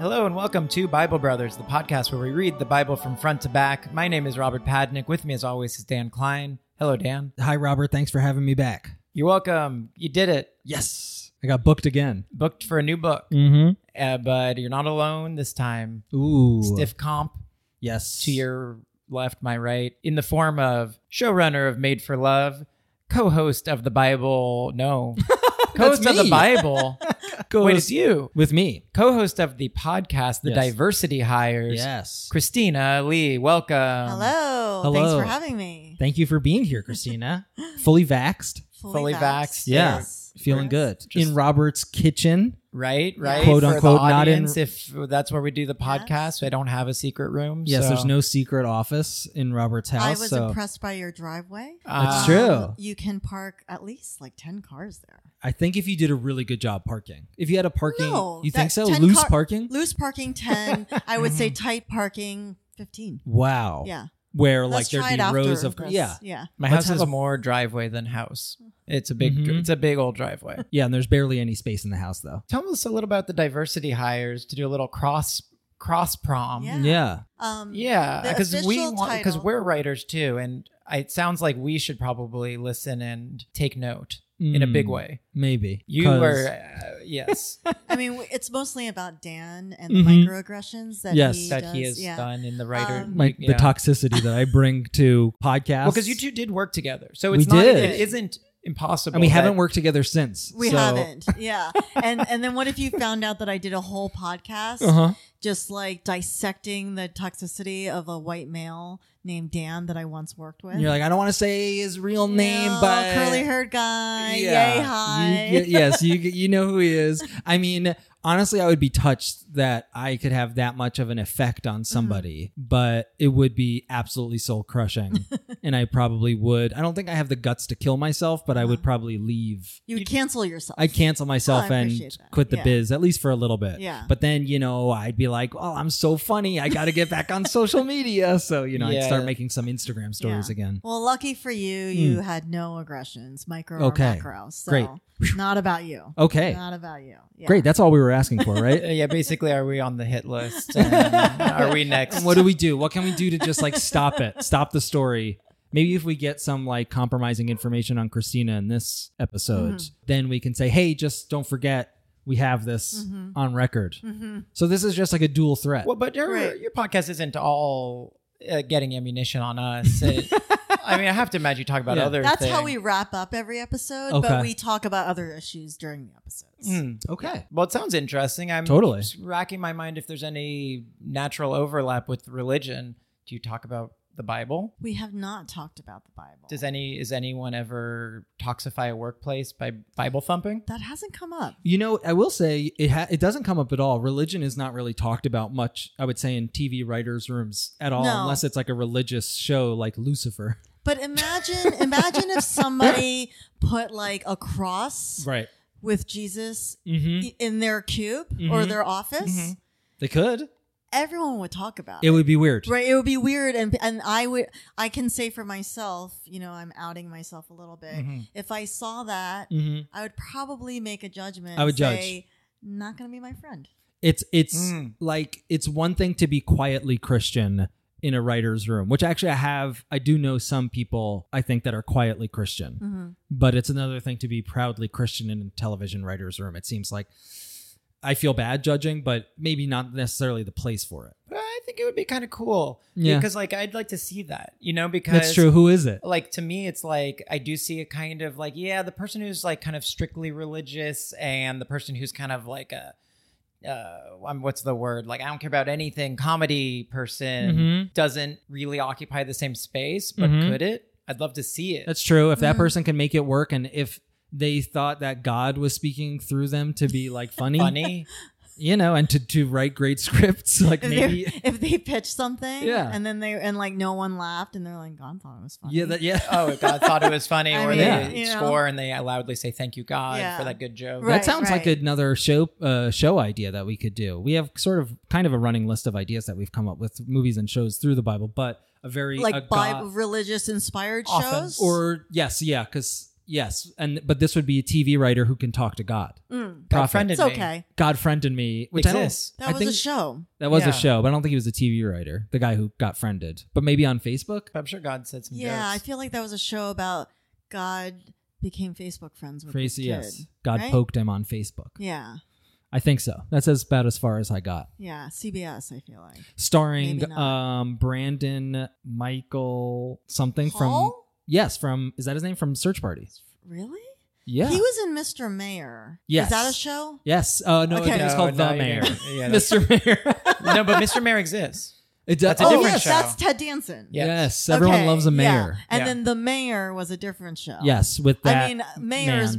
Hello and welcome to Bible Brothers, the podcast where we read the Bible from front to back. My name is Robert Padnick. With me, as always, is Dan Klein. Hello, Dan. Hi, Robert. Thanks for having me back. You're welcome. You did it. Yes. I got booked again. Booked for a new book, Mm-hmm. uh, but you're not alone this time. Ooh. Stiff comp Yes. to your left, my right, in the form of showrunner of Made for Love, co-host of the Bible. No, co-host of the me. Bible. Goes Wait, it's you. with me. Co-host of the podcast, The Yes. Diversity Hires. Yes. Christina Lee, welcome. Hello. Thanks Um, hello. for having me. Thank you for being here, Christina. Fully vaxxed. Fully vaxxed, Yeah. yes. Feeling good. Just- in Robert's kitchen. Right, right. Quote, For the unquote, not in- audience, If that's where we do the podcast, I don't have a secret room. Yes, so- there's no secret office in Robert's house. I was so impressed by your driveway. Um, That's Ah, true. You can park at least like 10 cars there. I think if you did a really good job parking. If you had a parking No, you that think so? 10 Loose car- parking? Loose parking 10. I would say tight parking 15. Wow. Yeah. Where Let's like there'd try be it after rows of this. Yeah. Yeah. My Let's house have is a- more driveway than house. It's a big, Mhm. it's a big old driveway. Yeah, and there's barely any space in the house though. Tell us a little about the diversity hires to do a little cross cross prom. Yeah. yeah. Um, Yeah, The because we official want because title- we're writers too, and I- it sounds like we should probably listen and take note in a big Mm. way. Maybe. You 'Cause- were uh, yes, I mean, w- it's mostly about Dan and the Mhm. microaggressions that Yes. he that does. he has yeah. done in the writer. Um, my, yeah. the toxicity that I bring to podcasts. Well, because you two did work together, so We it's not did. it isn't impossible. and we haven't that- worked together since. We so- haven't. Yeah. and and then what if you found out that I did a whole podcast Uh-huh. just like dissecting the toxicity of a white male named Dan that I once worked with. And you're like, I don't want to say his real name, No, but curly haired guy. Yay, hi. You- you- yes, you you know who he is. I mean, honestly, I would be touched that I could have that much of an effect Uh-huh. on somebody, but it would be absolutely soul crushing, and I probably would. I don't think I have the guts to kill myself, but I Uh-huh. would probably leave. you would cancel yourself. I'd cancel myself Oh, I and appreciate that. quit the Yeah. biz at least for a little bit. Yeah. But then, you know, I'd be like, "Oh, I'm so funny. I got to get back on social media." So, you know, I'd Yeah. start making some Instagram stories Yeah. again. Well, lucky for you, you had no aggressions, micro Hmm. Okay. or macro. So Great. not about you. Okay. Not about you. Uh, Yeah. Great. That's all we were asking for, Uh, right? yeah, basically, are we on the hit list? And are we next? what do we do? What can we do to just like stop it? Stop the story. Maybe if we get some like compromising information on Christina in this episode, Mm-hmm. then we can say, "Hey, just don't forget we have this Mm-hmm. on record." So this is just like a dual threat. Well, but your Right. your podcast isn't all uh, getting ammunition on us. It- I mean, I have to imagine you talk about Yeah. other. That's how we things. wrap up every episode, Okay. Hmm. but we talk about other issues during the episodes. Mm. okay. Well, it sounds interesting. I'm Totally. just racking my mind if there's any natural overlap with religion. Do you talk about the Bible? We have not talked about the Bible. Does any is anyone ever toxify a workplace by Bible thumping? that hasn't come up. You know, I will say it ha- it doesn't come up at all. Religion is not really talked about much, I would say, in TV writers' rooms at all, No. unless it's like a religious show like Lucifer. But imagine imagine if somebody put like a cross Right. with Jesus hmm i- in their cube Mm-hmm. or their office, They could. everyone would talk about It it. would be weird. Right, it would be weird, and and I would I can say for myself, you know, I'm outing myself a little bit. Mm-hmm. If I saw that, hmm I would probably make a judgment. I would and judge. say, Not going to be my friend. It's it's Mm. like it's one thing to be quietly Christian in a writer's room, which actually I have I do know some people I think that are quietly Christian, but it's another thing to be proudly Christian in a television writer's room. It seems like I feel bad judging, but maybe not necessarily the place for it. But I think it would be kind of cool. Yeah. Because like I'd like to see that. You know, because That's true. Who is it? like to me it's like i do see a kind of like yeah the person who's like kind of strictly religious and the person who's kind of like a uh I'm, what's the word like i don't care about anything comedy person Mhm. doesn't really occupy the same space but Mhm. could it i'd love to see it That's true. If that Mhm. person can make it work, and if they thought that God was speaking through them to be like funny, funny you know, and to to write great scripts, like If, they're- maybe. if they pitch something, Yeah. and then they and like no one laughed, and they're like, God thought it was funny. Yeah, that, yeah. oh god thought it was funny I or mean, Yeah. they you know. score and they loudly say thank you god Yeah. for that good joke Right, that sounds like right. another show uh, show idea that we could do. We have sort of kind of a running list of ideas that we've come up with movies and shows through the Bible, but a very a like God- Bible religious inspired Often. shows or yes, yeah, because Yes, and but this would be a TV writer who can talk to God. God Mm, Prophet. friended it's me. okay. God friended me, which Exists. I That don't. I was think a show. that was Yeah. a show, but I don't think he was a TV writer. The guy who got friended, but maybe on Facebook. Oh, But I'm sure God said some Yeah, I jokes. feel like that was a show about God became Facebook friends with Crazy, Crazy, this kid. yes. God right? poked him on Facebook. Yeah, I think so. That's as about as far as I got. yeah. CBS, I feel like. Starring Maybe not. um Brandon Michael something from Paul? yes from is that his name from Search Party? Really? Yeah. He was in Mr. Mayor. Yes. Is that a show? yes. Uh, no, I Okay. think it's Oh, No, called no, The you Mayor. didn't. Yeah, that's- Mr. Mayor. no, but Mr. Mayor exists. It does. That's a oh, oh, different yes. yes, show. that's Ted Danson. Yeah. Yes, everyone Okay, loves a yeah. mayor. And Yeah. then the mayor was a different show. Yes, with that. I mean, mayors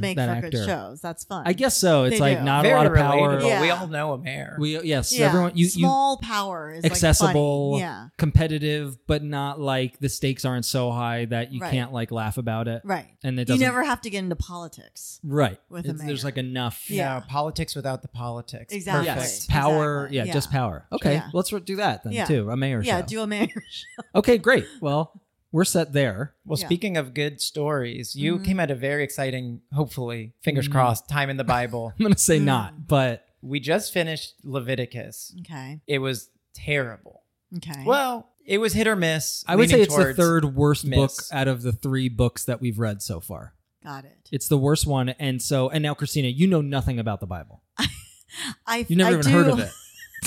man, make for that good actor. shows. That's fun. I guess so. It's They like do. not Very a lot of power. relatable. Yeah. We all know a mayor. We yes, Yeah. everyone you you small power is like, funny. accessible, yeah, competitive, but not like the stakes aren't so high that you Right. can't like laugh about it. right. And it You doesn't never have to get into politics. right. with a It's- There's mayor. like enough. yeah. Yeah. politics without the politics. Exactly. Yes, Perfect. Right. power. Exactly. Yeah, Yeah. just power. Okay, Yeah. let's re- do that then Yeah. too. A mayor yeah, show. do a mayor show. okay, great. Well, we're set there. Well, Yeah. speaking of good stories, you Mhm. came at a very exciting, hopefully, fingers Mhm. crossed, time in the Bible. I'm gonna say Mm. not, but we just finished Leviticus. Okay. It was terrible. Okay. Well, it was hit or miss. I would say leaning it's the towards- third worst book miss. out of the three books that we've read so far. Got it. It's the worst one, and so and now, Christina, you know nothing about the Bible. I You never I even do, heard of it.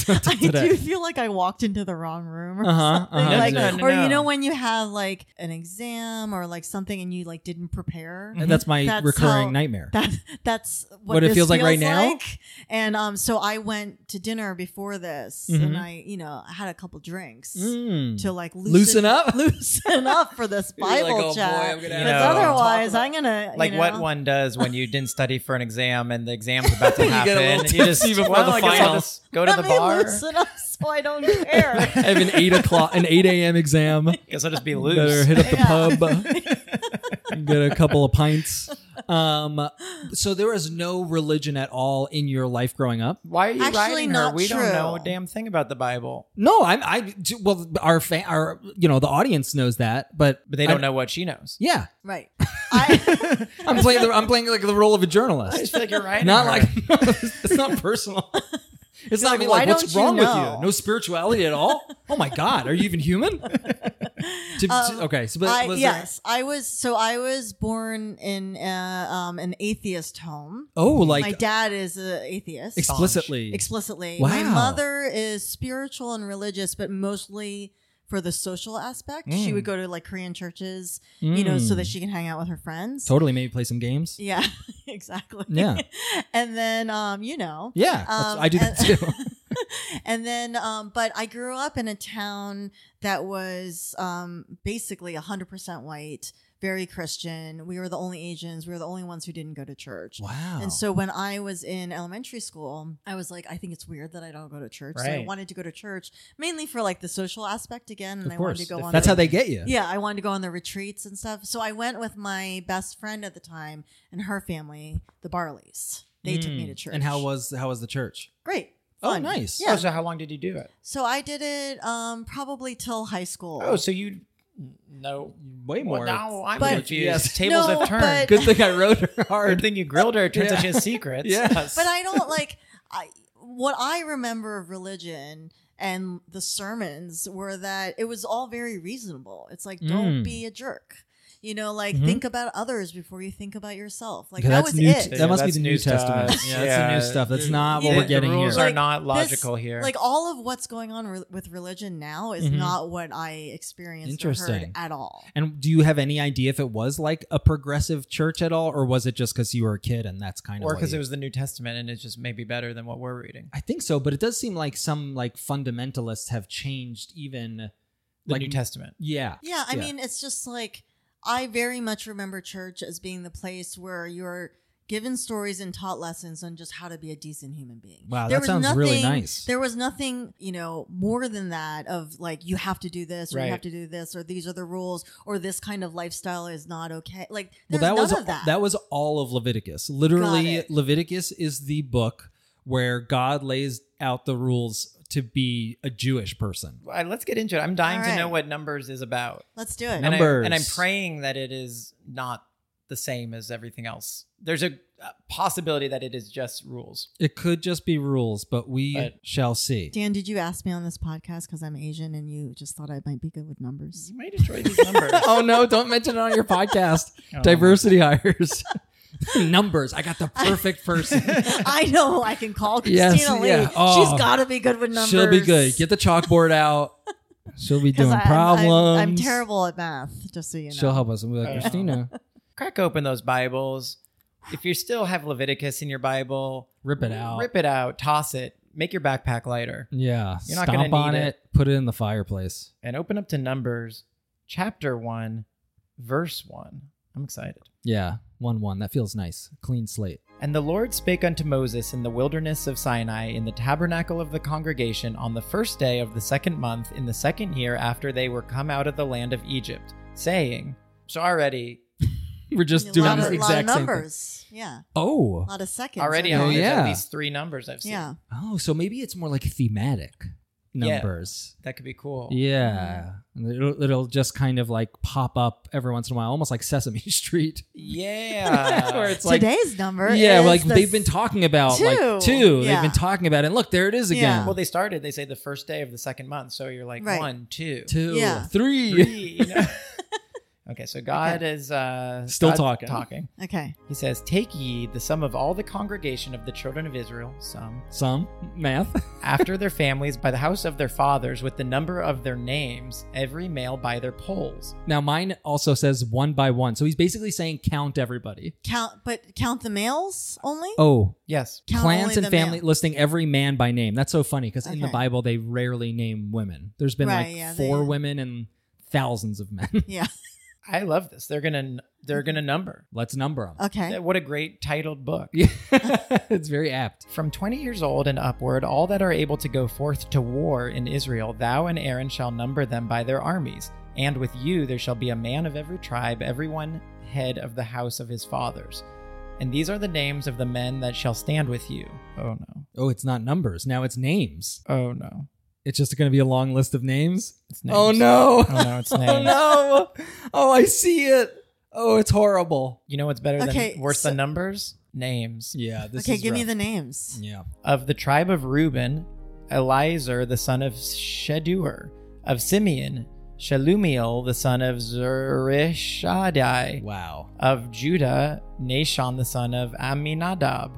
I today. do feel like I walked into the wrong room. Or Uh-huh, something. uh-huh. Like, No, no, or no. you know when you have like an exam or like something and you like didn't prepare. And that's my That's recurring how- nightmare. That that's what, What it this feels like right now? like. And um, so I went to dinner before this, Mhm. and I, you know, I had a couple drinks Mm. to like loosen, Loosen up? loosen up for this You're like, Bible "Oh, boy, chat. I'm gonna You Because know, otherwise, I'm gonna Like you what know, one does when you didn't study for an exam and the exam's about to You get a happen. little you just, tipsy before well, the I guess I'll final. just go to the Let me bar. loosen up so I don't care. I have an eight o'clock, an eight a.m. exam. Guess I'll just be Better loose. hit up the Yeah. pub, and get a couple of pints. Um, so there was no religion at all in your life growing up. Why are you Actually writing her? not We don't true. know a damn thing about the Bible. No, I'm. I well, our fa- our you know the audience knows that, but But they don't I- know what she knows. Yeah, right. I, I'm playing. The, I'm playing like the role of a I just journalist. feel like you're right. Not like it's not personal. It's not like, me "Why like what's don't you wrong with know?" you? No spirituality at all. Oh my god, are you even human? To- to- Um, okay, so but I- was there- yes, I was. So I was born in uh, um, an atheist home. oh, like My dad is an atheist. explicitly. explicitly. My Wow. mother is spiritual and religious, but mostly for the social aspect. She Mm. would go to like Korean churches, you know, so that Mm. she can hang out with her friends. totally maybe play some games. Yeah, exactly. Yeah. and then, um, you know, Yeah, that's- Um, I do that and- too. and then, um, but I grew up in a town that was um, basically 100% white, very Christian. We were the only Asians. We were the only ones who didn't go to church. wow. And so when I was in elementary school, I was like, I think it's weird that I don't go to church. So I Right. wanted to go to church mainly for like the social aspect again, and of I course, wanted to go on. that's the- how they get you. Yeah, I wanted to go on the retreats and stuff. So I went with my best friend at the time and her family, the Barleys. They took me Mm. to church. And how was how was the church? great? Oh, Fun. nice. Oh, Yeah. so how long did you do it? So I did it um, probably till high school. Oh, so you no. Way Well, more. now I'm But- confused. Yes. Tables No, have turned. but- Good thing I rode her Good hard. thing you grilled her. It turns out she has secrets. Yeah. but I don't like I what I remember of religion and the sermons were that it was all very reasonable. It's like Mm. don't be a jerk. You know, like Mhm. think about others before you think about yourself. Like Yeah, that that's was new it. That must Yeah, be that's the New new to Testament. us. Yeah, that's the new Yeah. stuff. That's not what Yeah. we're the, getting the rules here. are Like, not logical this- here. Like all of what's going on re- with religion now is Mhm. not what I experienced or heard Interesting. at all. and do you have any idea if it was like a progressive church at all, or was it just because you were a kid and that's kind of or what because you- it was the New Testament and it's just maybe better than what we're reading. I think so, but it does seem like some like fundamentalists have changed even The like New Testament. yeah. Yeah, I Yeah. mean, it's just like I very much remember church as being the place where you're given stories and taught lessons on just how to be a decent human being. Wow, that sounds really nice. There was nothing, you know, more than that of like you have to do this or Right. you have to do this or these are the rules or this kind of lifestyle is not okay. Like Well, there's that none was of that. was all of Leviticus. Literally, Got it. Leviticus is the book where God lays out the rules to be a Jewish person. All right, let's get into it. I'm dying All to know right. what Numbers is about. Let's do it. And I- And, Numbers. I'm praying that it is not the same as everything else. There's a uh, possibility that it is just rules. It could just be rules, but we But- shall see. Dan, did you ask me on this podcast because I'm Asian and you just thought I might be good with numbers? You might enjoy these numbers. oh no, don't mention it on your podcast. Oh. Diversity hires. Numbers. I got the perfect person. I know I can call Yes, Christina Lee. yeah. Oh. She's got to be good with numbers. She'll be good. Get the chalkboard out. She'll be 'Cause doing I'm- I'm- problems. I'm, terrible at math, just so you know. She'll help us. and we'll be like, Oh. Christina, Crack open those Bibles. If you still have Leviticus in your Bible, rip it out. Rip it out. Toss it. Make your backpack lighter. Yeah. You're not gonna Stomp on need it. Put it in the fireplace. And open up to Numbers chapter 1, verse 1. I'm excited. Yeah. 1 1. That feels nice. Clean slate. And the Lord spake unto Moses in the wilderness of Sinai in the tabernacle of the congregation on the first day of the second month in the second year after they were come out of the land of Egypt, saying, So already, We're just A doing lot the of, lot of exact same thing. numbers. Yeah, Oh. a lot of seconds. already I on Oh, mean, there's yeah. at least three numbers I've seen. yeah. Oh, so maybe it's more like thematic Yeah. numbers. That could be cool. Yeah. And It'll, it'll just kind of like pop up every once in a while, almost like Sesame Street. Yeah. Where it's like, Today's number. yeah, is like the they've been talking about like two. two. Yeah. They've been talking about it. And look, there it is again. Yeah. well, they started, they say the first day of the second month. So you're like, Right. one, two, two, Yeah. three. three. you know? okay, so God is uh, Still God's talking. Talking. Okay. He says, Take ye the sum of all the congregation of the children of Israel, some, Some math. after their families, by the house of their fathers, with the number of their names, every male by their poles. Now mine also says one by one. So he's basically saying count everybody. Count, but count the males only. Oh, Yes. Count plants only and the family male. listing every man by name. That's so funny because in the Okay. Bible they rarely name women. There's been Right, like yeah, four they- women and thousands of men. Yeah. I love this. They're gonna they're gonna number. Let's number them. Okay. What a great titled book. Yeah, it's very apt. From twenty years old and upward, all that are able to go forth to war in Israel, thou and Aaron shall number them by their armies. And with you there shall be a man of every tribe, everyone head of the house of his fathers. And these are the names of the men that shall stand with you. Oh no. Oh, it's not numbers. Now it's names. Oh no. It's just going to be a long list of names. It's names. Oh no. Oh no, it's names. Oh no. Oh, I see it. Oh, it's horrible. You know what's better Okay, than worse so- than numbers? Names. Yeah. This okay. is Give me rough. the names. Yeah. Of the tribe of Reuben, Elizur the son of Shedur, of Simeon, Shalumiel the son of Zurishadai, Wow. of Judah, Nashon the son of Aminadab,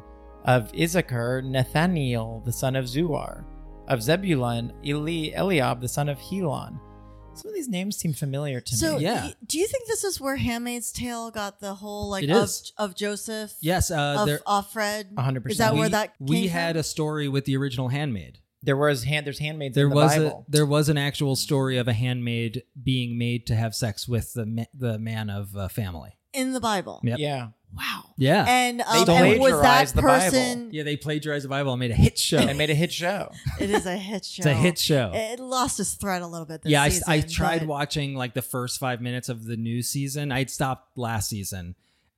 of Issachar, Nathaniel the son of Zuar, of Zebulun, Eli Eliab the son of Helon. Some of these names seem familiar to So, me. Yeah. y- do you think this is where *Handmaid's Tale* got the whole like It of, is. of Joseph? Yes. Uh, of, there, of Fred. 100%. Is that we, where that came we from? had a story with the original handmaid. there was hand there's handmaids There in the was Bible. a there was an actual story of a handmaid being made to have sex with the ma- the man of uh, family. in the Bible. Yep. Yeah. Wow. Yeah. And, um, They and was that plagiarized the Bible. person? yeah, they plagiarized the Bible and made a hit show. and made a hit show. It is a hit show. it's a hit show. It lost its thread a little bit. This Oh. yeah, I, season, I tried but- watching like the first five minutes of the new season. I'd stopped last season,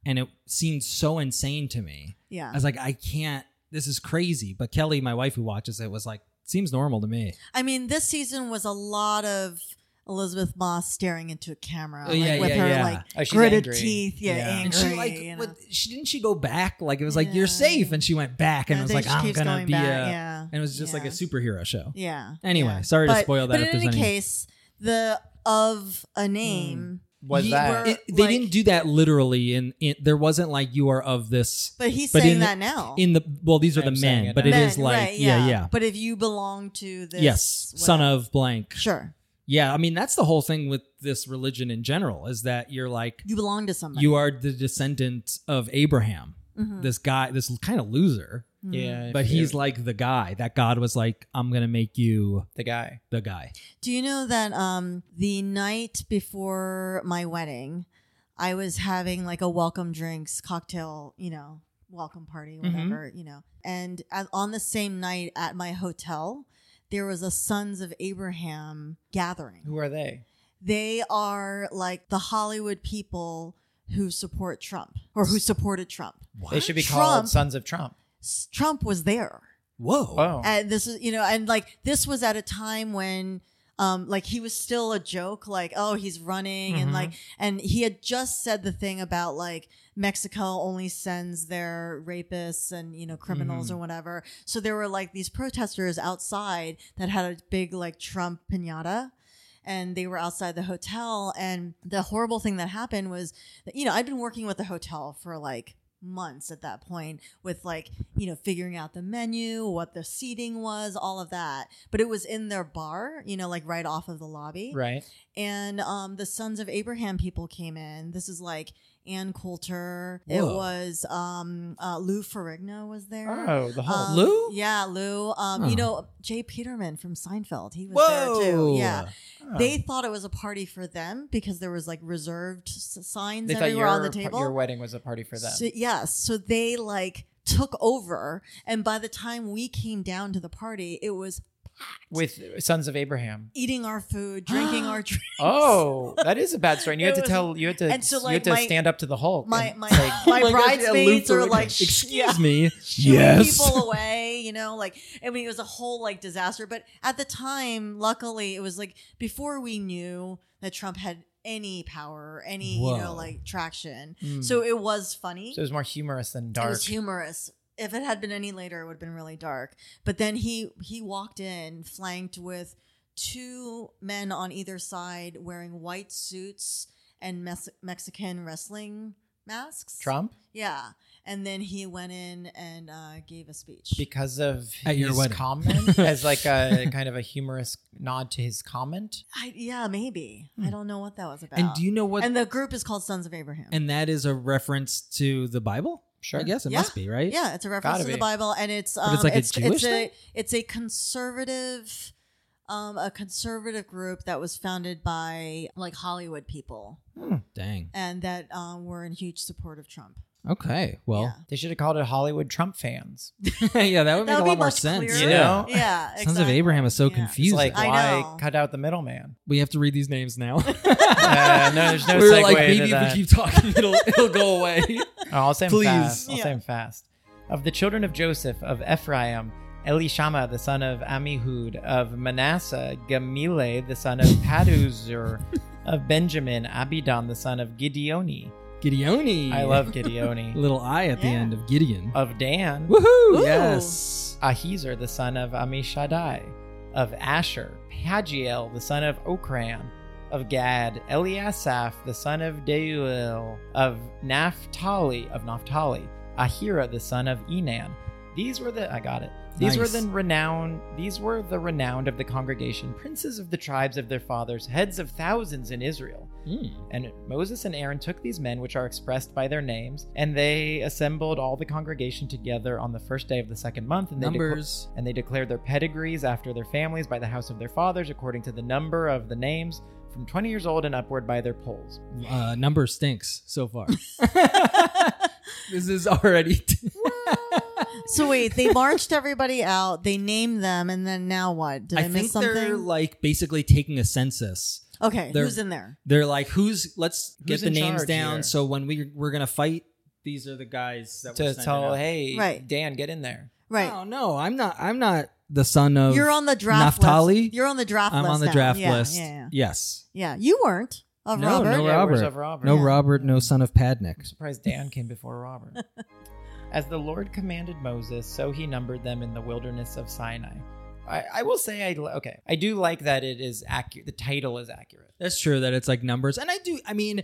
and it seemed so insane to me. Yeah, I was like, I can't. This is crazy. But Kelly, my wife who watches it, was like, seems normal to me. I mean, this season was a lot of Elizabeth Moss staring into a camera, Oh, like, yeah, with yeah, her yeah. like Oh, she's gritted angry. teeth. Yeah, Yeah. angry. And she like you know. what, she didn't she go back like it was like you're Yeah. safe and she went back and I it was think like she I'm keeps gonna going be back, a yeah. and it was just like a Yeah. superhero show. Yeah. Anyway, yeah. sorry to But- spoil that But if in there's any any- Hmm. case, the of a name, Was Ye- that? it- they like- didn't do that literally and it there wasn't like you are of this but he's But saying in- that now. in the well these are I'm the saying men it but now. it is Men, like right, yeah yeah, But if you belong to this, yes son whatever. of blank sure, yeah I mean that's the whole thing with this religion in general is that you're like you belong to somebody. you are the descendant of Abraham Mhm. this guy this kind of loser Mhm. yeah, but if he's you're like the guy that God was like, I'm gonna make you the guy. the guy. Do you know that um the night before my wedding, I was having like a welcome drinks cocktail, you know, welcome party, whatever, you know. And at, on the same night at my hotel, there was a Sons of Abraham gathering. Who are they? They are like the Hollywood people who support Trump or who supported Trump. They should be Trump. called Sons of Trump. S- Trump was there. Whoa. Oh, Uh, and this is you know and like this was at a time when um, like he was still a joke, like, oh, he's running. And Mhm. like, and he had just said the thing about like Mexico only sends their rapists and, you know, criminals or whatever. So there were like these protesters outside that had a big like Trump pinata. And they were outside the hotel. And the horrible thing that happened was, that, you know, I'd been working with the hotel for like months at that point with like, you know, figuring out the menu, what the seating was, all of that. But it was in their bar, you know, like right off of the lobby Right. and um, the Sons of Abraham people came in. This is like Ann Coulter. It Whoa. was um, uh, Lou Ferrigno was there. Oh, the whole. Um, Lou? Yeah, Lou. Um, Huh. You know, Jay Peterman from Seinfeld. He was Whoa. there too. Yeah. Oh. They thought it was a party for them because there was like reserved s- signs They thought everywhere your, on the par- table. your wedding was a party for them. So, yes. So they like took over. And by the time we came down to the party, it was with Sons of Abraham. eating our food, drinking our drinks. Oh, that is a bad story. And you It had to was- tell, you had to, and so, you had like, to my- stand up to the Hulk. my and my say, my Oh gosh, yeah, bridesmaids Luther are Wigg- like excuse yeah, me. shooing yes. people away you know like i mean it was a whole like disaster but at the time luckily it was like before we knew that trump had any power or any you Whoa. know like traction Mm. so it was funny so it was more humorous than dark. it was humorous if it had been any later it would have been really dark but then he he walked in flanked with two men on either side wearing white suits and mes- mexican wrestling masks Trump yeah. And then he went in and uh, gave a speech. because of At your his wedding. comment as like a kind of a humorous nod to his comment. I, yeah, maybe. I don't know what that was about. Hmm. And do you know what? and the group is called Sons of Abraham. and that is a reference to the Bible. Sure. I guess it Yeah. must be right. yeah, it's a reference Gotta to the be. Bible, and it's um, But it's like a it's, Jewish it's thing? a it's a conservative, um, a conservative group that was founded by like Hollywood people, Dang. and that um, were in huge support of Trump. Okay. Well. They should have called it Hollywood Trump fans. Yeah, that would make That a would be lot more much sense. clearer. You know? Yeah, Sons of exactly. Abraham is so Yeah. It's confusing. like, I why know. cut out the middleman? we have to read these names now. Uh, no, there's no we were segue like, to maybe if that. we keep talking, it'll it'll go away. Oh, I'll say 'em Please. fast. I'll say Yeah. 'em fast. Of the children of Joseph, of Ephraim, Elishama, the son of Amihud, of Manasseh, Gamile, the son of Paduzur, of Benjamin, Abidan, the son of Gideoni. Gideoni. I love Gideoni. little I at the Yeah. end of Gideon. of Dan, Woohoo! Ooh. Yes. Ahizer, the son of Amishadai, of Asher, Pagiel, the son of Okran, of Gad, Eliasaph, the son of Deuel, of Naphtali, of Naphtali, Ahira, the son of Enan. These were the I got it. These were Nice. the renowned these were the renowned of the congregation, princes of the tribes of their fathers, heads of thousands in Israel. Mm. And Moses and Aaron took these men, which are expressed by their names, and they assembled all the congregation together on the first day of the second month, and they decla- Numbers. and they declared their pedigrees after their families by the house of their fathers, according to the number of the names, from twenty years old and upward by their poles. Uh, number stinks so far. this is already. So wait, they marched everybody out. They named them, and then now what? Did I, I miss think something? they're like basically taking a census. okay, they're- who's in there? They're like, who's let's Who's get the in names charge down. here? So when we we're gonna fight, these are the guys that we're To sending tell, out. hey, Right. Dan, get in there. Right. No, no, I'm not. I'm not the son of. You're on the draft Naphtali? list. You're on the draft Oh. I'm list. on the now. draft yeah, list. Yeah, yeah. Yes. yeah. You weren't of No, Robert. no, Oh, Yeah, Mm. where's Robert. of Robert? No Yeah. Robert. No son of Padnick. surprised Dan came before Robert. As the Lord commanded Moses, so he numbered them in the wilderness of Sinai. I, I will say, I li- okay, I do like that it is accurate. The title is accurate, That's true. That it's like numbers, and I do. I mean,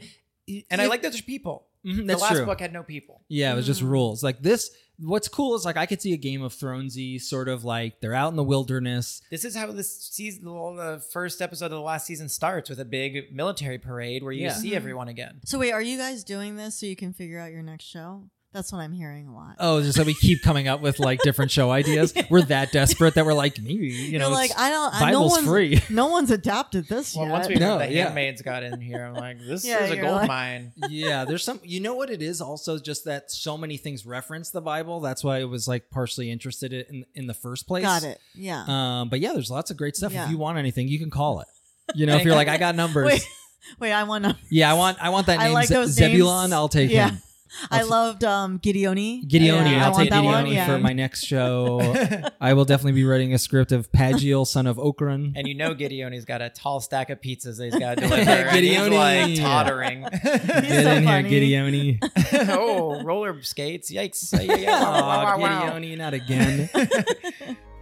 y- and I y- like that there's people. Mhm, The that's last true. book had no people. Yeah, it was just Mm. rules. Like this. What's cool is like I could see a Game of Thronesy sort of like they're out in the wilderness. This is how this season, well, the first episode of the last season starts with a big military parade where you Yeah. Mm-hmm. see everyone again. So wait, are you guys doing this so you can figure out your next show? That's what I'm hearing a lot. Oh, just that we keep coming up with like different show ideas. We're that desperate that we're like maybe you know You're like it's- I don't. I, no Bible's one's free. No one's adapted this Well, yet. once we No, heard the yeah. handmaids got in here, I'm like, this Yeah, is a you're gold like- mine. yeah, there's some. You know what it is? Also, just that so many things reference the Bible. That's why I was like partially interested in in the first place. got it. Yeah. Um, but yeah, there's lots of great stuff. If Yeah. you want anything, you can call it. You know, if you're like, I got numbers. wait, wait. I want to. Yeah, I want I want that I name like Ze- those names. Zebulon. I'll take Yeah. him. I I'll t- loved um, Gideoni. Gideoni. Yeah, I I'll want take that Gideoni one, yeah. for my next show. I will definitely be writing a script of Pagiel, son of Okran. and you know Gideoni's got a tall stack of pizzas that he's got to deliver. and he's Gideoni. like tottering. Get so in funny. here, Gideoni. oh, roller skates! Yikes! Yeah, yeah, yeah. Wow, wow, Aw, wow, wow. Gideoni, not again.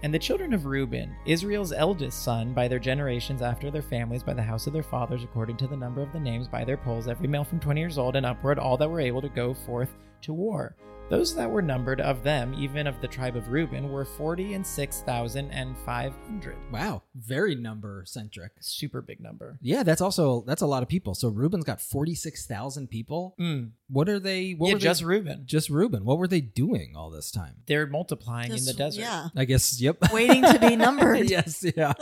And the children of Reuben, Israel's eldest son, by their generations after their families, by the house of their fathers, according to the number of the names, by their polls, every male from 20 years old and upward, all that were able to go forth to war. Those that were numbered of them, even of the tribe of Reuben, were 40 and 6,500. wow, very number centric. Super big number. Yeah, that's also that's a lot of people. So Ruben's got forty six thousand people. Mm. What are they? What Yeah, were just they, Reuben. just Reuben. What were they doing all this time? They're multiplying in Just- the desert. Yeah. I guess. Yep. Waiting to be numbered. yes. Yeah.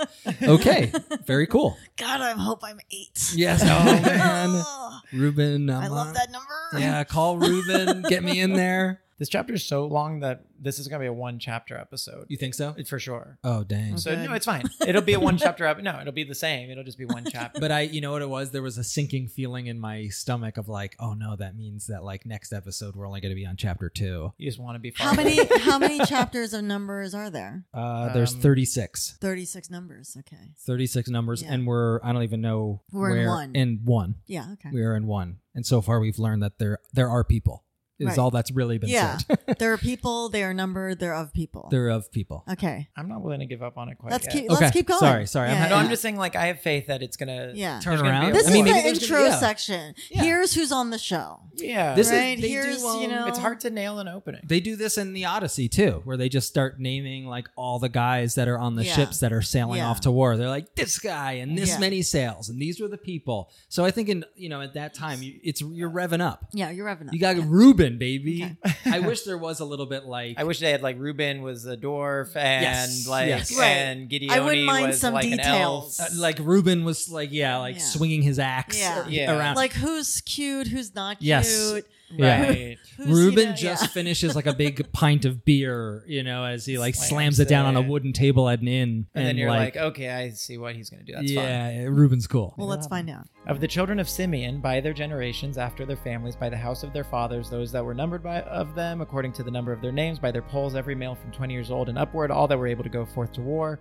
Okay. Very cool. God, I hope I'm eight. Yes. Oh man, Oh, Ruben. I I'm on- love that number. Yeah. Call Ruben. Get me in there. This chapter is so long that this is going to be a one chapter episode. You think so? For sure. Oh dang. So, Good. no, it's fine. It'll be a one chapter up. No, it'll be the same. It'll just be one chapter. But I, you know what it was? There was a sinking feeling in my stomach of like, oh no, that means that like next episode we're only going to be on chapter two. You just want to be. How far many away. how many chapters of numbers are there? Uh, there's Um, 36. 36 numbers. Okay. 36 numbers, Yeah. and we're, I don't even know We're in where. one. In one. Yeah, okay. We are in one. And so far we've learned that there there are people, is Right. all that's really been Yeah. said. There are people, they are numbered, they're of people. They're of people. okay. I'm not willing to give up on it quite Let's yet. keep Okay, let's keep going. sorry, sorry, I'm Yeah, having- Oh No, yeah. I'm just saying. Like, I have faith that it's gonna Yeah. Turn there's gonna around. be a This I mean, is maybe the there's intro gonna be- yeah. section. Yeah. Here's who's on the show. Yeah, This Right, is they here's, do, um, you know- it's hard to nail an opening. They do this in the Odyssey too, where they just start naming like all the guys that are on the Yeah. ships that are sailing Yeah. off to war. They're like this guy and this Yeah. many sails, and these were the people. So I think in you know at that time you, it's you're revving up. Yeah, you're revving up. You got Reuben, baby. Okay. I wish there was a little bit like I wish they had like Ruben was a dwarf and Yes, like yes. Right. and Gideon I wouldn't mind was some like details. uh, like Reuben was like yeah, like Yeah. swinging his axe Yeah. Yeah. around. like who's cute, who's not cute. Yes. an elf. Yeah. Right. Who's, Ruben you know- just yeah. finishes like a big pint of beer, you know, as he like slams, Slams it down on a it. wooden table at an inn, and, then you're like, okay, I see what he's gonna do. That's fine. yeah, Ruben's cool. Well, let's find out. Of the children of Simeon, by their generations, after their families, by the house of their fathers, those that were numbered by of them, according to the number of their names, by their polls, every male from twenty years old and upward, all that were able to go forth to war,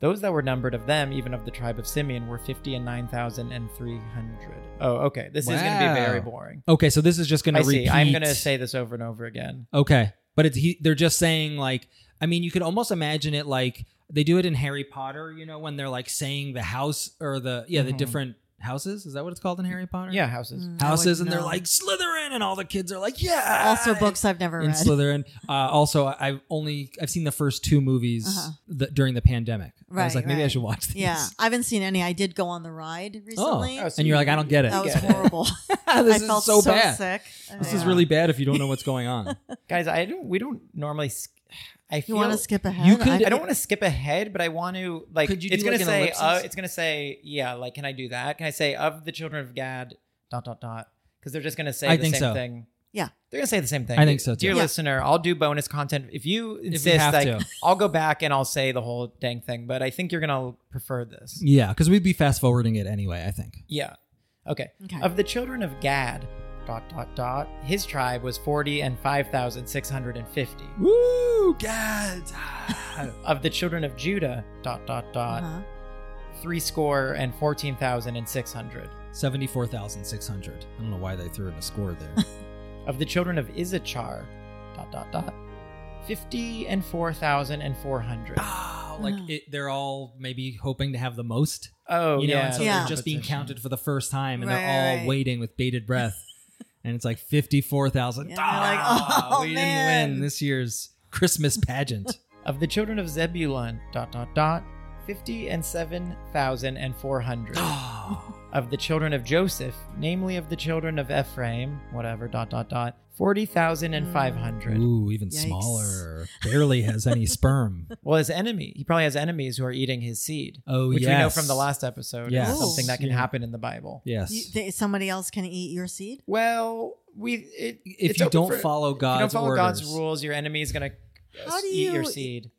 those that were numbered of them, even of the tribe of Simeon, were fifty and nine thousand and three hundred. Oh, okay, this is going to Wow. be very boring. Okay, so this is just gonna I repeat. see. I'm going to say this over and over again. okay, but it's he, they're just saying like, I mean, you could almost imagine it like they do it in Harry Potter, you know, when they're like saying the house or the yeah the Mhm. different houses. Is that what it's called in Harry Potter? Yeah, houses. Mm, I houses, and wouldn't they're know. like Slytherin, and all the kids are like, yeah. also books I've never in read. Slytherin. Uh, also, I- I've only I've seen the first two movies Uh-huh. that, during the pandemic. I Right, was like, maybe I right. should watch these. Yeah, I haven't seen any. I did go on the ride recently. Oh, so and you're like, I don't get it. Mm. that was get it. horrible. this I is felt so, bad. sick. This is Yeah. really bad if you don't know what's going on. Guys, I don't. We don't normally. s- I You feel want to skip ahead? You could- I don't want to skip ahead, but I want to like. Could you it's do, gonna like, an say. Uh, ellipsis? it's gonna say. Yeah. Like, can I do that? Can I say of the children of Gad? Dot dot dot. Because they're just gonna say I the think same so. thing. Yeah. They're gonna say the same thing. I think so, too. Dear Yeah. listener, I'll do bonus content if you we insist. have like, to. I'll go back and I'll say the whole dang thing, but I think you're gonna prefer this. Yeah, because we'd be fast forwarding it anyway. I think. Yeah. Okay. Okay. Of the children of Gad. Dot dot dot. His tribe was forty and five thousand six hundred and fifty. Woo, God. Of the children of Judah. Dot dot dot. Uh-huh. three score and fourteen thousand and six hundred. Seventy-four thousand six hundred. I don't know why they threw in a score there. Of the children of Issachar, dot dot dot, fifty and four thousand and four hundred. oh, like it, they're all maybe hoping to have the most. Oh, you know, yeah, and so Yeah. they're just being Competition. counted for the first time, and Right, they're all right. waiting with bated breath. and it's like fifty-four thousand. Ah, Yeah, they're like, "Oh, we man." didn't win this year's Christmas pageant. Of the children of Zebulun, dot dot dot, fifty and seven thousand and four hundred. oh, of the children of Joseph, namely of the children of Ephraim, whatever, dot dot dot, forty thousand and five hundred. ooh, even Yikes. smaller. Barely has any sperm. Well, his enemy, he probably has enemies who are eating his seed, Oh, which we know yes. from the last episode. Yeah, Yes. is something that can Yeah. happen in the Bible. Yes. You, they, somebody else can eat your seed. Well, we it, if it's you open don't for- follow if you don't God's follow orders, God's rules, your enemy is gonna uh, How do eat your you- seed.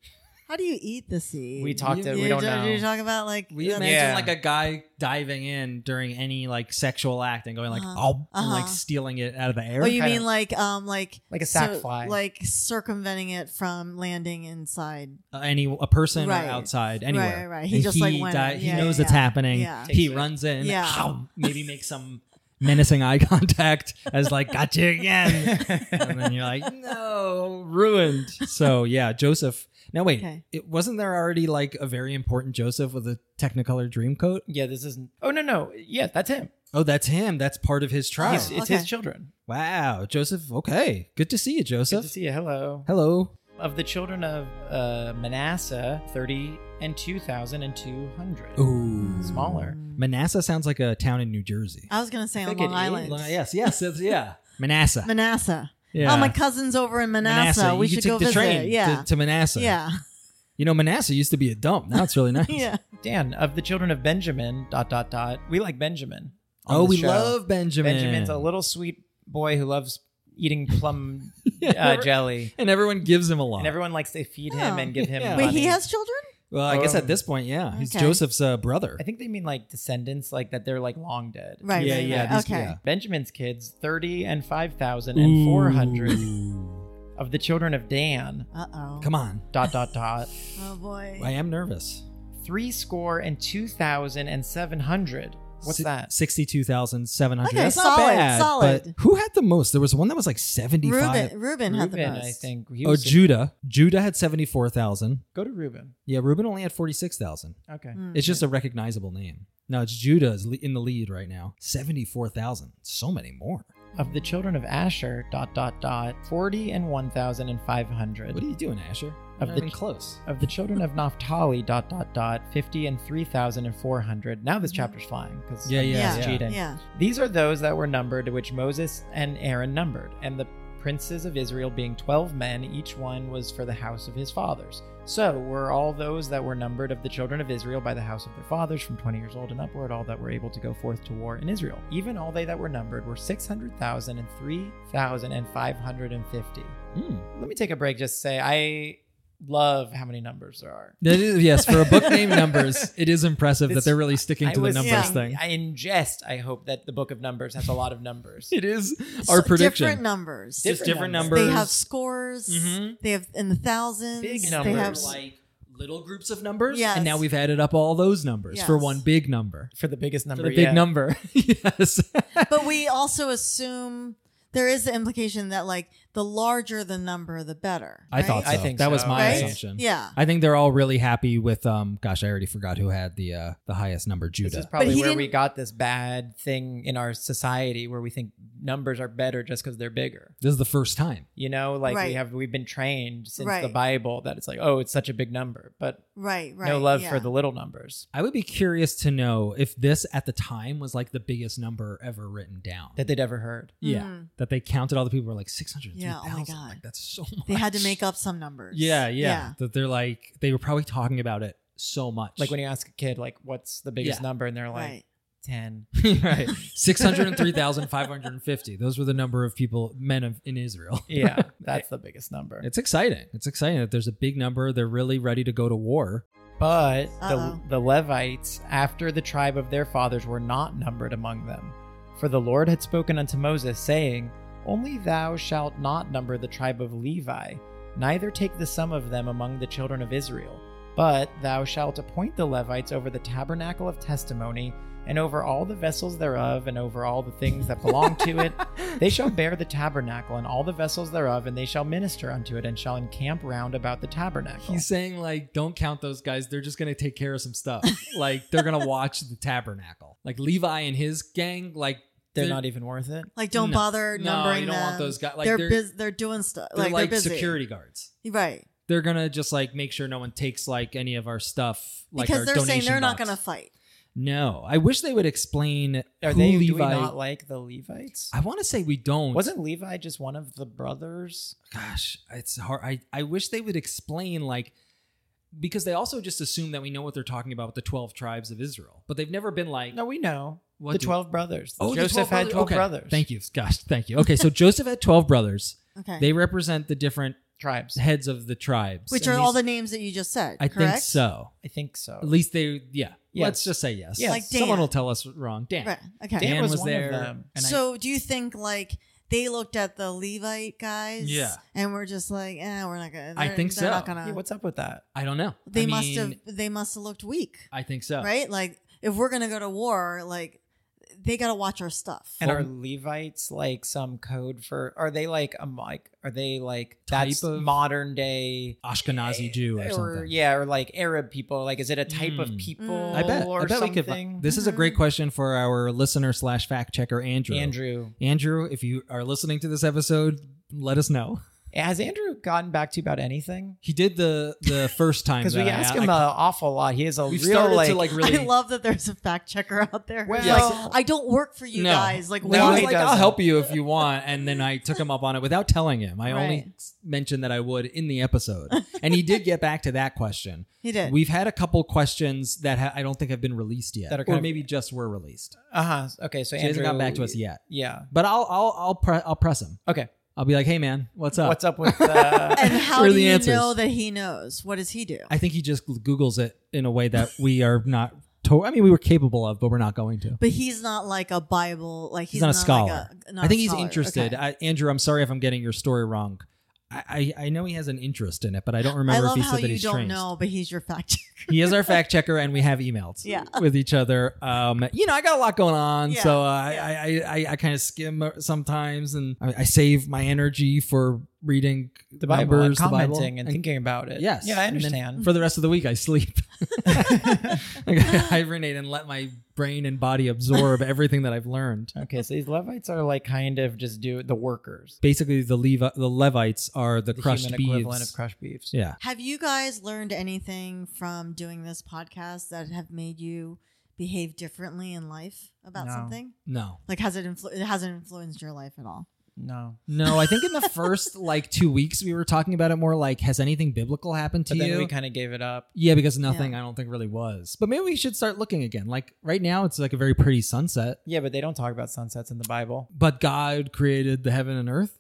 How do you eat the sea? We talked. You- it. You, we don't ju- know. You talk about like We imagine Yeah. like a guy diving in during any like sexual act and going like Uh-huh. oh and like Uh-huh. stealing it out of the air. Oh, you Kind mean of- like um like Like a sack fly. like circumventing it from landing inside. Uh, any a person Right. or outside anywhere. Right, right. He And just, like, went di- in. he Yeah, knows yeah, it's yeah. happening. Yeah. He Takes it. runs in. Yeah. "Ow," maybe make some menacing eye contact as like gotcha again. and then you're like no ruined. So yeah, Joseph. Now wait, Okay. it wasn't there already like a very important Joseph with a Technicolor dream coat? yeah, this isn't. Oh no, no. Yeah, that's him. Oh, that's him. That's part of his tribe. He's, Oh, it's okay. his children. Wow, Joseph. Okay, good to see you, Good Joseph. to see you. Hello. Hello. Of the children of uh, Manasseh, thirty and two thousand and two hundred. Oh, Ooh, Smaller. Manasseh sounds like a town in New Jersey. I was gonna say I on think it Long Island. Li- Yes, yes, it's- yeah. Manasseh. Manasseh. yeah. Oh, my cousin's over in Manasseh. We You should could take go the visit. train to- yeah. to, Manasseh. yeah. You know, Manasseh used to be a dump. Now it's really nice. Yeah. Dan of the children of Benjamin. Dot dot dot. We like Benjamin. on Oh, the we show. love Benjamin. Benjamin's a little sweet boy who loves eating plum Yeah, uh, jelly, and everyone gives him a lot. and everyone likes to feed him Oh. and give him. Yeah. Wait, money. he has children? well, I guess Oh. at this point, yeah, he's Okay. Joseph's uh, brother. I think they mean like descendants, like that they're like long dead. Right. Yeah, right, yeah, right. these- okay. yeah. Benjamin's kids, 30 and 5,000 and 400 of the children of Dan, Uh oh. Come on, dot, dot, dot, Oh boy. I am nervous. three score and 2,700. What's Si- that? Sixty-two thousand seven hundred. Okay, That's not solid, bad. solid. But who had the most? There was one that was like seventy-five. Reuben Reuben had the Reuben, most. I think. He Oh, was- Judah. Judah had seventy-four thousand. Go to Reuben. Yeah, Reuben only had forty-six thousand. Okay. Mm. It's just a recognizable name. No, it's Judah is le- in the lead right now. Seventy-four thousand. So many more. Of the children of Asher, dot, dot, dot, 40 and What 1,500. are you doing, Asher? Of Not the even ch- close. Of the children of Naphtali, dot, dot, dot, 50 and 3,400. Now this chapter's flying because Yeah, yeah, it's yeah. cheating. Yeah. These are those that were numbered, which Moses and Aaron numbered, and the princes of Israel being twelve men, each one was for the house of his fathers. So were all those that were numbered of the children of Israel by the house of their fathers, from twenty years old and upward, all that were able to go forth to war in Israel. Even all they that were numbered were six hundred thousand and three thousand and five hundred and fifty. Hmm. Let me take a break, just to say I love how many numbers there are. That is, yes, for a book named Numbers, it is impressive that This- they're really sticking I to the was numbers yeah. thing. I ingest, I hope that the book of numbers has a lot of numbers. it is our So prediction. Different numbers. Just different numbers. numbers. They have scores. Mhm. They have in the thousands. Big They numbers. have like little groups of numbers. Yes. And now we've added up all those numbers for Yes. one big number. For the biggest For number, the big yeah. number. yes. but we also assume there is the implication that like the larger the number, the better. I thought so. I think that was so. my Right? assumption. Yeah. I think they're all really happy with um gosh, I already forgot who had the uh the highest number, Judah. This is probably he where we didn't- got this bad thing in our society where we think numbers are better just because they're bigger. this is the first time. You know, like we Right. have we've been trained since the Right. Bible that it's like, oh, it's such a big number, but Right. Right. no love yeah. for the little numbers. I would be curious to know if this at the time was like the biggest number ever written down. That they'd ever heard. yeah. Mhm. That they counted all the people who were like 603,000. Yeah, oh my God. Like that's so much. They had to make up some numbers. Yeah, yeah, That they're like they were probably talking about it so much. Like when you ask a kid, like, what's the biggest Yeah. number? And they're like, Right. 10. right. 603,550. Those were the number of people, men of, in Israel. Yeah, that's the biggest number. It's exciting. It's exciting that there's a big number. They're really ready to go to war. But the, Uh-oh. the Levites, after the tribe of their fathers, were not numbered among them. For the Lord had spoken unto Moses, saying, Only thou shalt not number the tribe of Levi, neither take the sum of them among the children of Israel. But thou shalt appoint the Levites over the tabernacle of testimony, and over all the vessels thereof, and over all the things that belong to it. They shall bear the tabernacle and all the vessels thereof, and they shall minister unto it, and shall encamp round about the tabernacle. He's saying, like, don't count those guys. They're just going to take care of some stuff. like, they're going to watch the tabernacle. Like, Levi and his gang, like, they're, they're- not even worth it. Like don't No. bother No, numbering you don't want them. those guy- like, they're they're- bus- they're doing stuff. they're like, they're busy. security guards. Right. They're going to just, like, make sure no one takes, like, any of our stuff. Like, because our they're saying donation they're not box. going to fight. No. I wish they would explain Are who they Levi. do we not like the Levites? I want to say we don't. Wasn't Levi just one of the brothers? gosh it's hard i i wish they would explain like because they also just assume that we know what they're talking about with the 12 tribes of israel but they've never been like No, we know. What the do- 12 brothers. oh, the Joseph had 12 okay. brothers. thank you gosh thank you okay so joseph had 12 brothers Okay. they represent the different tribes. heads of the tribes, which And are all these- the names that you just said. I correct? think so. I think so. At least they, yeah. Yes. Let's just say yes. Yes. Like someone Dan. will tell us wrong. Dan. Right. Okay. Dan Dan was was, one of there. them. and I- so do you think like they looked at the Levite guys? Yeah. And we're just like, eh, we're not gonna. I they're- think they're Not so. gonna, Yeah, what's up with that? I, don't know. they I must mean, have. They must have looked weak, I think so. right? Like if we're gonna go to war, like they gotta watch our stuff. And Well- are Levites like some code for? Are they like a like? Are they like that's Type of- modern day Ashkenazi Jew or, something. yeah, or like Arab people? Like, is it a type of Mm. people? I bet. Or I bet we could. something? This is a Mhm. great question for our listener slash fact checker Andrew. Andrew Andrew, if you are listening to this episode, let us know. has Andrew gotten back to you about anything? He did the the first time Because we that I- ask I- him an awful lot. He is a We've real started like, to like really. I love that there's a fact checker out there. who's Well- like, I don't work for you No. guys. Like, No, wait, he I was like, like, I'll doesn't. help you if you want, and then I took him up on it without telling him. I only Right. mentioned that I would in the episode, and he did get back to that question. he did. We've had a couple questions that ha- I don't think have been released yet, That are kind or of- maybe just were released. uh huh. Okay, so He hasn't Andrew gotten back to us yet, Uh, Yeah. but I'll I'll I'll, pre- I'll press him. Okay. I'll be like, hey man, what's up? What's up with? Uh, and how Here are do the you answers. know that he knows? What does he do? I think he just googles it in a way that we are not. To- I mean, we were capable of, but we're not going to. but he's not like a Bible. Like He's he's, not a like, scholar. a- not I a think he's scholar. interested. Okay. I, Andrew, I'm sorry if I'm getting your story wrong. I, I, I know he has an interest in it, but I don't I remember if love he how said that you he's don't trained. know, but he's your fact checker. He is our fact checker, and we have emails Yeah. with each other. Um, you know, I got a lot going on, Yeah, so I, I, I, I kind of skim sometimes, and I, I save my energy for reading the Bible, and numbers, the Bible, commenting, and thinking about it. Yes. Yeah, I And then understand. For the rest of the week, I sleep. I hibernate and let my brain and body absorb everything that I've learned. Okay, so these Levites are like kind of just do the workers, Basically, the Levi- the Levites are the, the crushed human beeves. equivalent of crushed beefs. yeah. Have you guys learned anything from doing this podcast that have made you behave differently in life about No. something? No. Like, has it influ- it hasn't influenced your life at all? No, No, I think in the first like two weeks we were talking about it more like, has anything biblical happened to but then you? we kind of gave it up. yeah, because nothing I don't think really was. But maybe we should start looking again. Like right now, it's like a very pretty sunset. Yeah, but they don't talk about sunsets in the Bible. But God created the heaven and earth.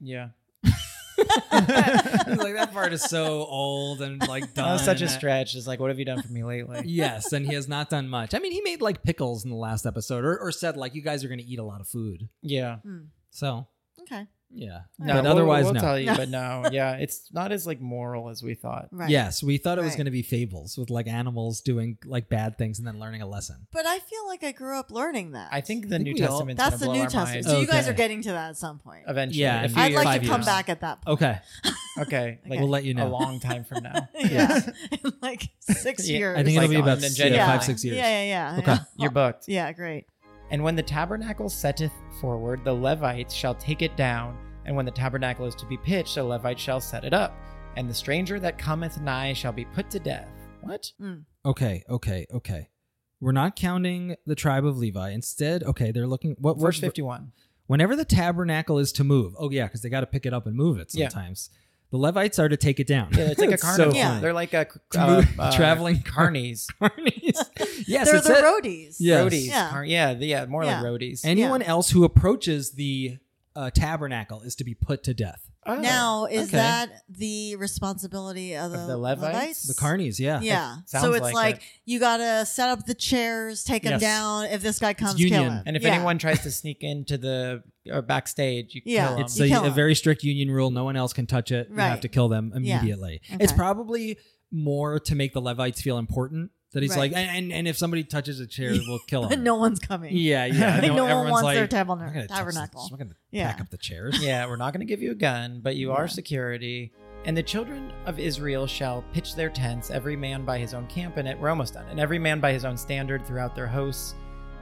Yeah, It's like that part is so old and like that done. was such a and I- stretch. It's like, what have you done for me lately? yes, and he has not done much. I mean, he made like pickles in the last episode, or, or said like you guys are going to eat a lot of food. yeah, Hmm. So Okay. yeah, no, but we'll- otherwise we'll no. tell you, No. but no, yeah, it's not as like moral as we thought. Right. Yes, we thought it was Right. going to be fables with like animals doing like bad things and then learning a lesson. But I feel like I grew up learning that. I think the I think New we all- Testament's that's gonna the blow New our Testament. minds So you guys Okay. are getting to that at some point. eventually. Yeah, a in few I'd like five to come years. back at that point. Okay, Okay, like we'll let you a know. long time from now. Yeah. In like six Yeah, years. I think Like it'll be on about the s- Jedi. yeah, five six years. Yeah, yeah, yeah. Okay. yeah. You're booked. Yeah, great. And when the tabernacle setteth forward, the Levites shall take it down. And when the tabernacle is to be pitched, the Levite shall set it up. And the stranger that cometh nigh shall be put to death. What? okay, okay, okay. We're not counting the tribe of Levi. Instead, okay, they're looking what Verse what- 51. Whenever the tabernacle is to move, oh yeah, because they got to pick it up and move it Yeah. sometimes. The Levites are to take it down. Yeah, it's like a so carnival. Yeah. funny. They're like a uh, To move- uh, traveling carnies. carnies. yes, They're it's the it. roadies. Yeah. Yes. Roadies. Yeah. Car- yeah, the- yeah, more Yeah. like roadies. Anyone else who approaches the uh, tabernacle is to be put to death. Oh, Now, is okay. that the responsibility of the, the Levites? The carnies, yeah. Yeah. sounds So it's like like, it. you got to set up the chairs, take Yes. them down. If this guy comes, kill union. him. and if Yeah. anyone tries to sneak into the or backstage, you Yeah. kill 'em. It's You a, kill a 'em. very strict union rule. No one else can touch it. You have Right. to kill them Yeah. immediately. Okay. It's probably more to make the Levites feel important that he's like, Right. and, and, and if somebody touches a chair, we'll kill him. no one's coming. Yeah, yeah. I Like, No, no one everyone's wants like, their "I'm not gonna tabernacle. touch this. tabernacle. I'm not gonna Yeah. pack up the chairs. yeah, we're not going to give you a gun, but you Yeah. are security. And the children of Israel shall pitch their tents, every man by his own camp, and it, we're almost done, and every man by his own standard throughout their hosts.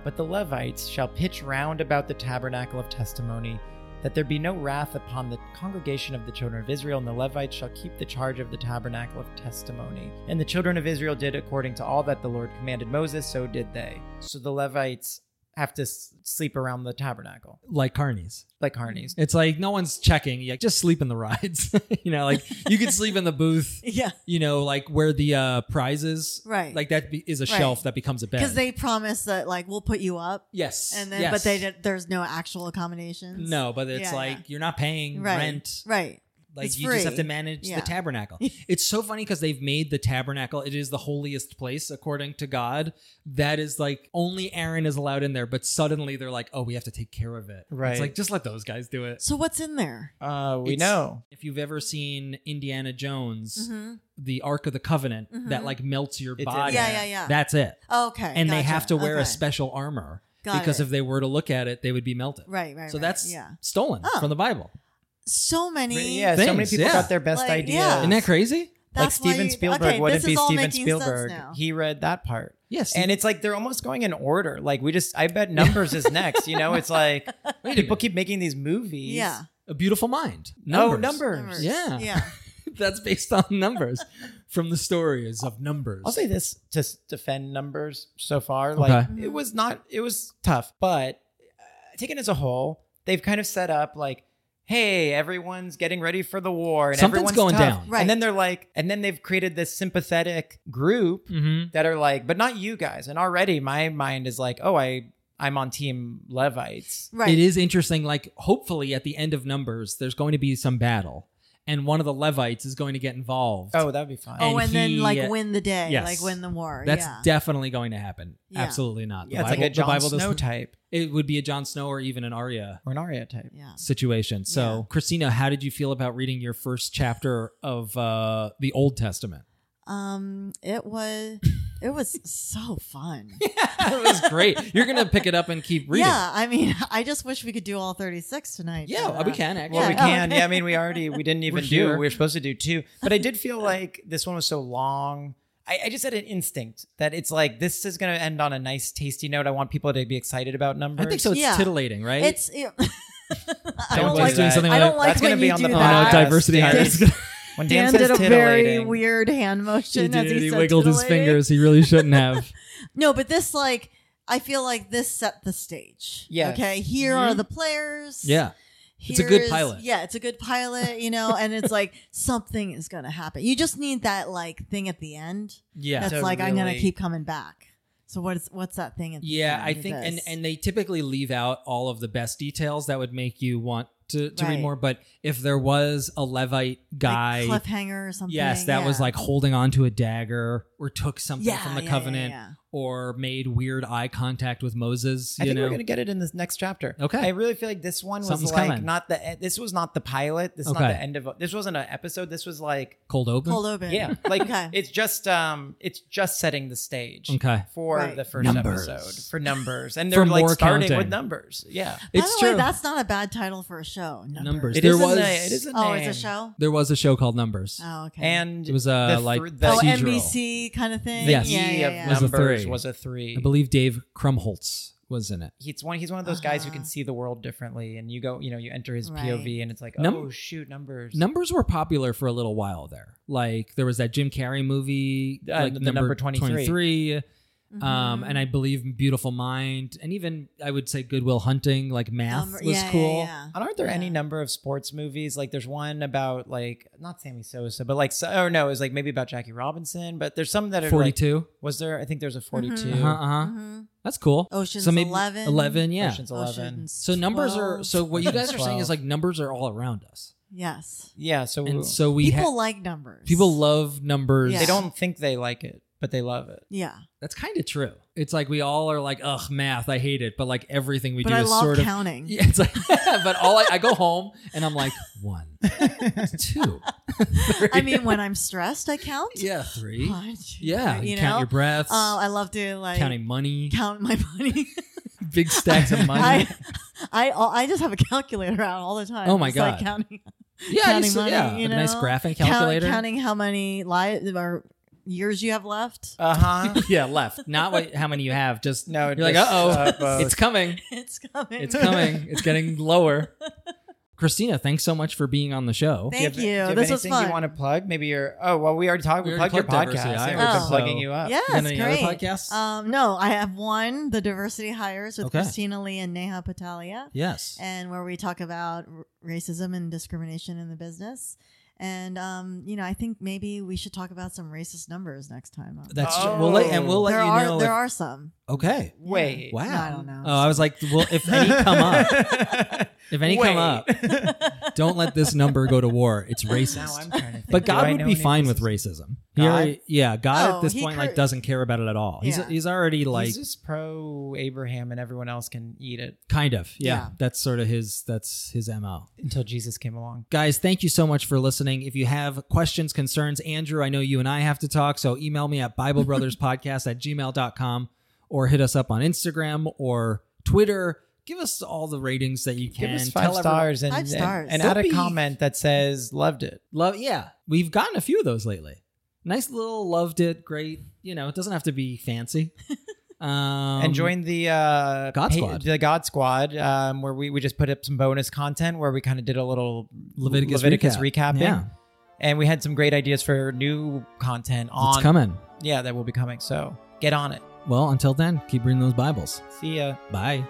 But the Levites shall pitch round about the tabernacle of testimony, that there be no wrath upon the congregation of the children of Israel, and the Levites shall keep the charge of the tabernacle of testimony. And the children of Israel did according to all that the Lord commanded Moses, so did they. So the Levites have to s- sleep around the tabernacle, Like carnies. like harnies. It's like no one's checking. Like just sleep in the rides. you know, like you could sleep in the booth. Yeah. You know, like where the uh, prizes, Right. Like that be- is a Right. shelf that becomes a bed. Because they promise that like we'll put you up, yes, and then yes. but they did, there's no actual accommodations. no, but it's Yeah, like yeah. you're not paying Right. rent. Right. Like It's you just have free. to manage Yeah. the tabernacle. it's so funny because they've made the tabernacle. It is the holiest place according to God. That is like only Aaron is allowed in there. But suddenly they're like, oh, we have to take care of it. Right. It's like just let those guys do it. So what's in there? Uh, we It's- know. If you've ever seen Indiana Jones, Mm-hmm. the Ark of the Covenant Mhm. that like melts your It's in body, there. Yeah, yeah, yeah. that's it. okay. And they gotcha. have to wear a Okay. special armor Got because it. if they were to look at it, they would be melted. right, right. So right. that's yeah. stolen Oh. from the Bible. So many. Yeah, so many things, people yeah. got their best Like, ideas. yeah. Isn't that crazy? Like That's why Steven you- Spielberg okay, wouldn't this be is all Steven making sense Spielberg. now. He read that part. Yes. And it's like they're almost going in order. Like we just I bet numbers is next, you know? It's like Wait a people minute. keep making these movies. Yeah. a beautiful mind. No Numbers. numbers. Oh, Numbers. Yeah. Yeah. That's based on numbers from the stories of numbers. I'll say this to s- defend numbers so far. Okay. Like it was not, it was tough, but uh, taken as a whole, they've kind of set up like, hey, everyone's getting ready for the war and Something's everyone's going tough. down. Right. And then they're like, and then they've created this sympathetic group mm-hmm. that are like, but not you guys. And already my mind is like, oh, I I'm on team Levites. Right. It is interesting. Like, hopefully, at the end of Numbers, there's going to be some battle, and one of the Levites is going to get involved. Oh, that'd be fun. Oh, and and, then he- like win the day, yes. like win the war. That's yeah. definitely going to happen. Yeah. Absolutely not. The yeah, it's Bible- like a the Jon Bible doesn't- Snow type It would be a Jon Snow or even an Arya or an Arya type. yeah. situation. So, Yeah. Christina, how did you feel about reading your first chapter of uh, the Old Testament? Um, it was it was so fun. it was great. You're gonna pick it up and keep reading. Yeah, I mean, I just wish we could do all 36 tonight. Yeah, but, we uh, can actually. Well, we Yeah. can. Yeah, I mean, we already we didn't even do. here. We were supposed to do two, but I did feel like this one was so long. I, I just had an instinct that it's like this is going to end on a nice, tasty note. I want people to be excited about numbers. I think so. It's Yeah. titillating, right? It's it, I Don't don't do like that. I don't like That's when going to be you on do the oh, that. no, diversity podcast. hires. Dan, when Dan, Dan did says a very titillating, weird hand motion as he, said wiggled his titillating. fingers. He really shouldn't have. No, but this like I feel like this set the stage. Yes. Okay. Here are the players. Mm-hmm. yeah. It's a good Here's- pilot. Yeah, it's a good pilot, you know, and it's like something is going to happen. You just need that like thing at the end. Yeah. that's to like I'm gonna really- keep coming back. So what's what's that thing? At the yeah, end I of think and this? and they typically leave out all of the best details that would make you want to, to read Right. more. But if there was a Levite guy, like cliffhanger or something. yes, that yeah. was like holding on to a dagger or took something yeah, from the yeah, yeah, covenant yeah. or made weird eye contact with Moses. I You think know, we're going to get it in this next chapter. Okay. I really feel like this one was Something's like coming. not the. eh, This was not the pilot. This is not Okay. the end of. This wasn't an episode. This was like cold open. Cold open. yeah, like Okay. it's just um, it's just setting the stage. Okay. for Right. the first Numbers. episode for numbers, and For they're like more starting with counting. numbers. Yeah, By It's the true. way, that's not a bad title for a show. Numbers. Numbers. It there is a was na- it is a Oh, it's name. a show. there was a show called Numbers. Oh, okay. and It was a the like thr- the oh, procedural. NBC kind of thing. the Yes. E Yeah, yeah, of yeah. Was a numbers three. was a three. I believe Dave Krumholtz was in it. he's one. He's one of those guys who Uh-huh. can see the world differently, and you go, you know, you enter his Right. POV, and it's like, Num- oh shoot, numbers. Numbers were popular for a little while there. Like there was that Jim Carrey movie, Uh, like the number 23. 23, Um, Mhm. and I believe Beautiful Mind, and even I would say Goodwill Hunting. Like math Number- was yeah, yeah, cool. yeah. And aren't there any Yeah. number of sports movies? Like, there's one about like not Sammy Sosa, but like, so, or no, it was like maybe about Jackie Robinson. But there's some that are like, 42 was there? I think there's a Mm-hmm. 42. Uh-huh, uh-huh. Mhm. That's cool. Ocean's so maybe 11. yeah. Ocean's Eleven. Ocean's so numbers 12. are. So what you guys are saying is Twelve. like numbers are all around us, yes. Yeah, so and so we People people, like numbers. people love numbers. Yeah. they don't think they like it, but they love it. Yeah. That's kind of true. It's like we all are like, ugh, math, I hate it, but like everything we But do I is love sort of counting. Yeah, it's like, but all I, I go home and I'm like one, two, three. I mean, when I'm stressed, I count. yeah, three. Punch. Yeah, You you count know? your breaths, Oh, I love to like counting money, count my money. big stacks of money. I, I I just have a calculator out all the time. Oh my Just, like, God. counting, yeah, I counting used to- money, yeah, you like a nice know? graphing count- calculator. counting how many li- or years you have left. Uh huh. yeah, left. Not what, how many you have. Just No, you're like, just, uh oh, uh, it's coming, It's coming. it's coming, it's getting lower. Christina, thanks so much for being on the show. Thank do you. Have, you. do you This have was anything fun. you want to plug? Maybe you're. Oh well, we already talked. We, We already plugged your plugged podcast. Diversity Yeah, Hires, We've been so- plugging you up. Yes, You got any other great. podcasts? Um, no, I have one, the Diversity Hires with Okay. Christina Lee and Neha Patalia, yes. and where we talk about r- racism and discrimination in the business. And um, you know, I think maybe we should talk about some racist numbers next time. on- That's Oh. true. We'll let, and we'll let there you are know. there if- are some. Okay. Wait. Yeah. Wow. No, I don't know. Oh, I was like, well, if any come up, If any come up, don't let this number go to war. It's now I'm trying racist. to think. But Do I God would know be any fine of with this? racism. He God? already- yeah, God Oh, at this he point cur- like doesn't care about it at all. He's Yeah. he's already like He's just pro Abraham, and everyone else can eat it kind of yeah, Yeah. That's sort of his that's his mo. until Jesus came along. Guys, thank you so much for listening. If you have questions, concerns, Andrew, I know you and I have to talk, so email me at BibleBrothersPodcast at gmail.com or hit us up on Instagram or Twitter. Give us all the ratings that you can. Give us five everyone- stars and, Five and- stars. and, Don't add a be- comment that says "loved it." Love, yeah, we've gotten a few of those lately. Nice little loved it, great. You know, it doesn't have to be fancy. Um, and join the uh, God Squad. the God Squad, um, where we, we just put up some bonus content where we kind of did a little Leviticus, recap. recapping, Yeah, and we had some great ideas for new content on. it's coming. Yeah, that will be coming. So get on it. Well, until then, keep reading those Bibles. See ya. Bye.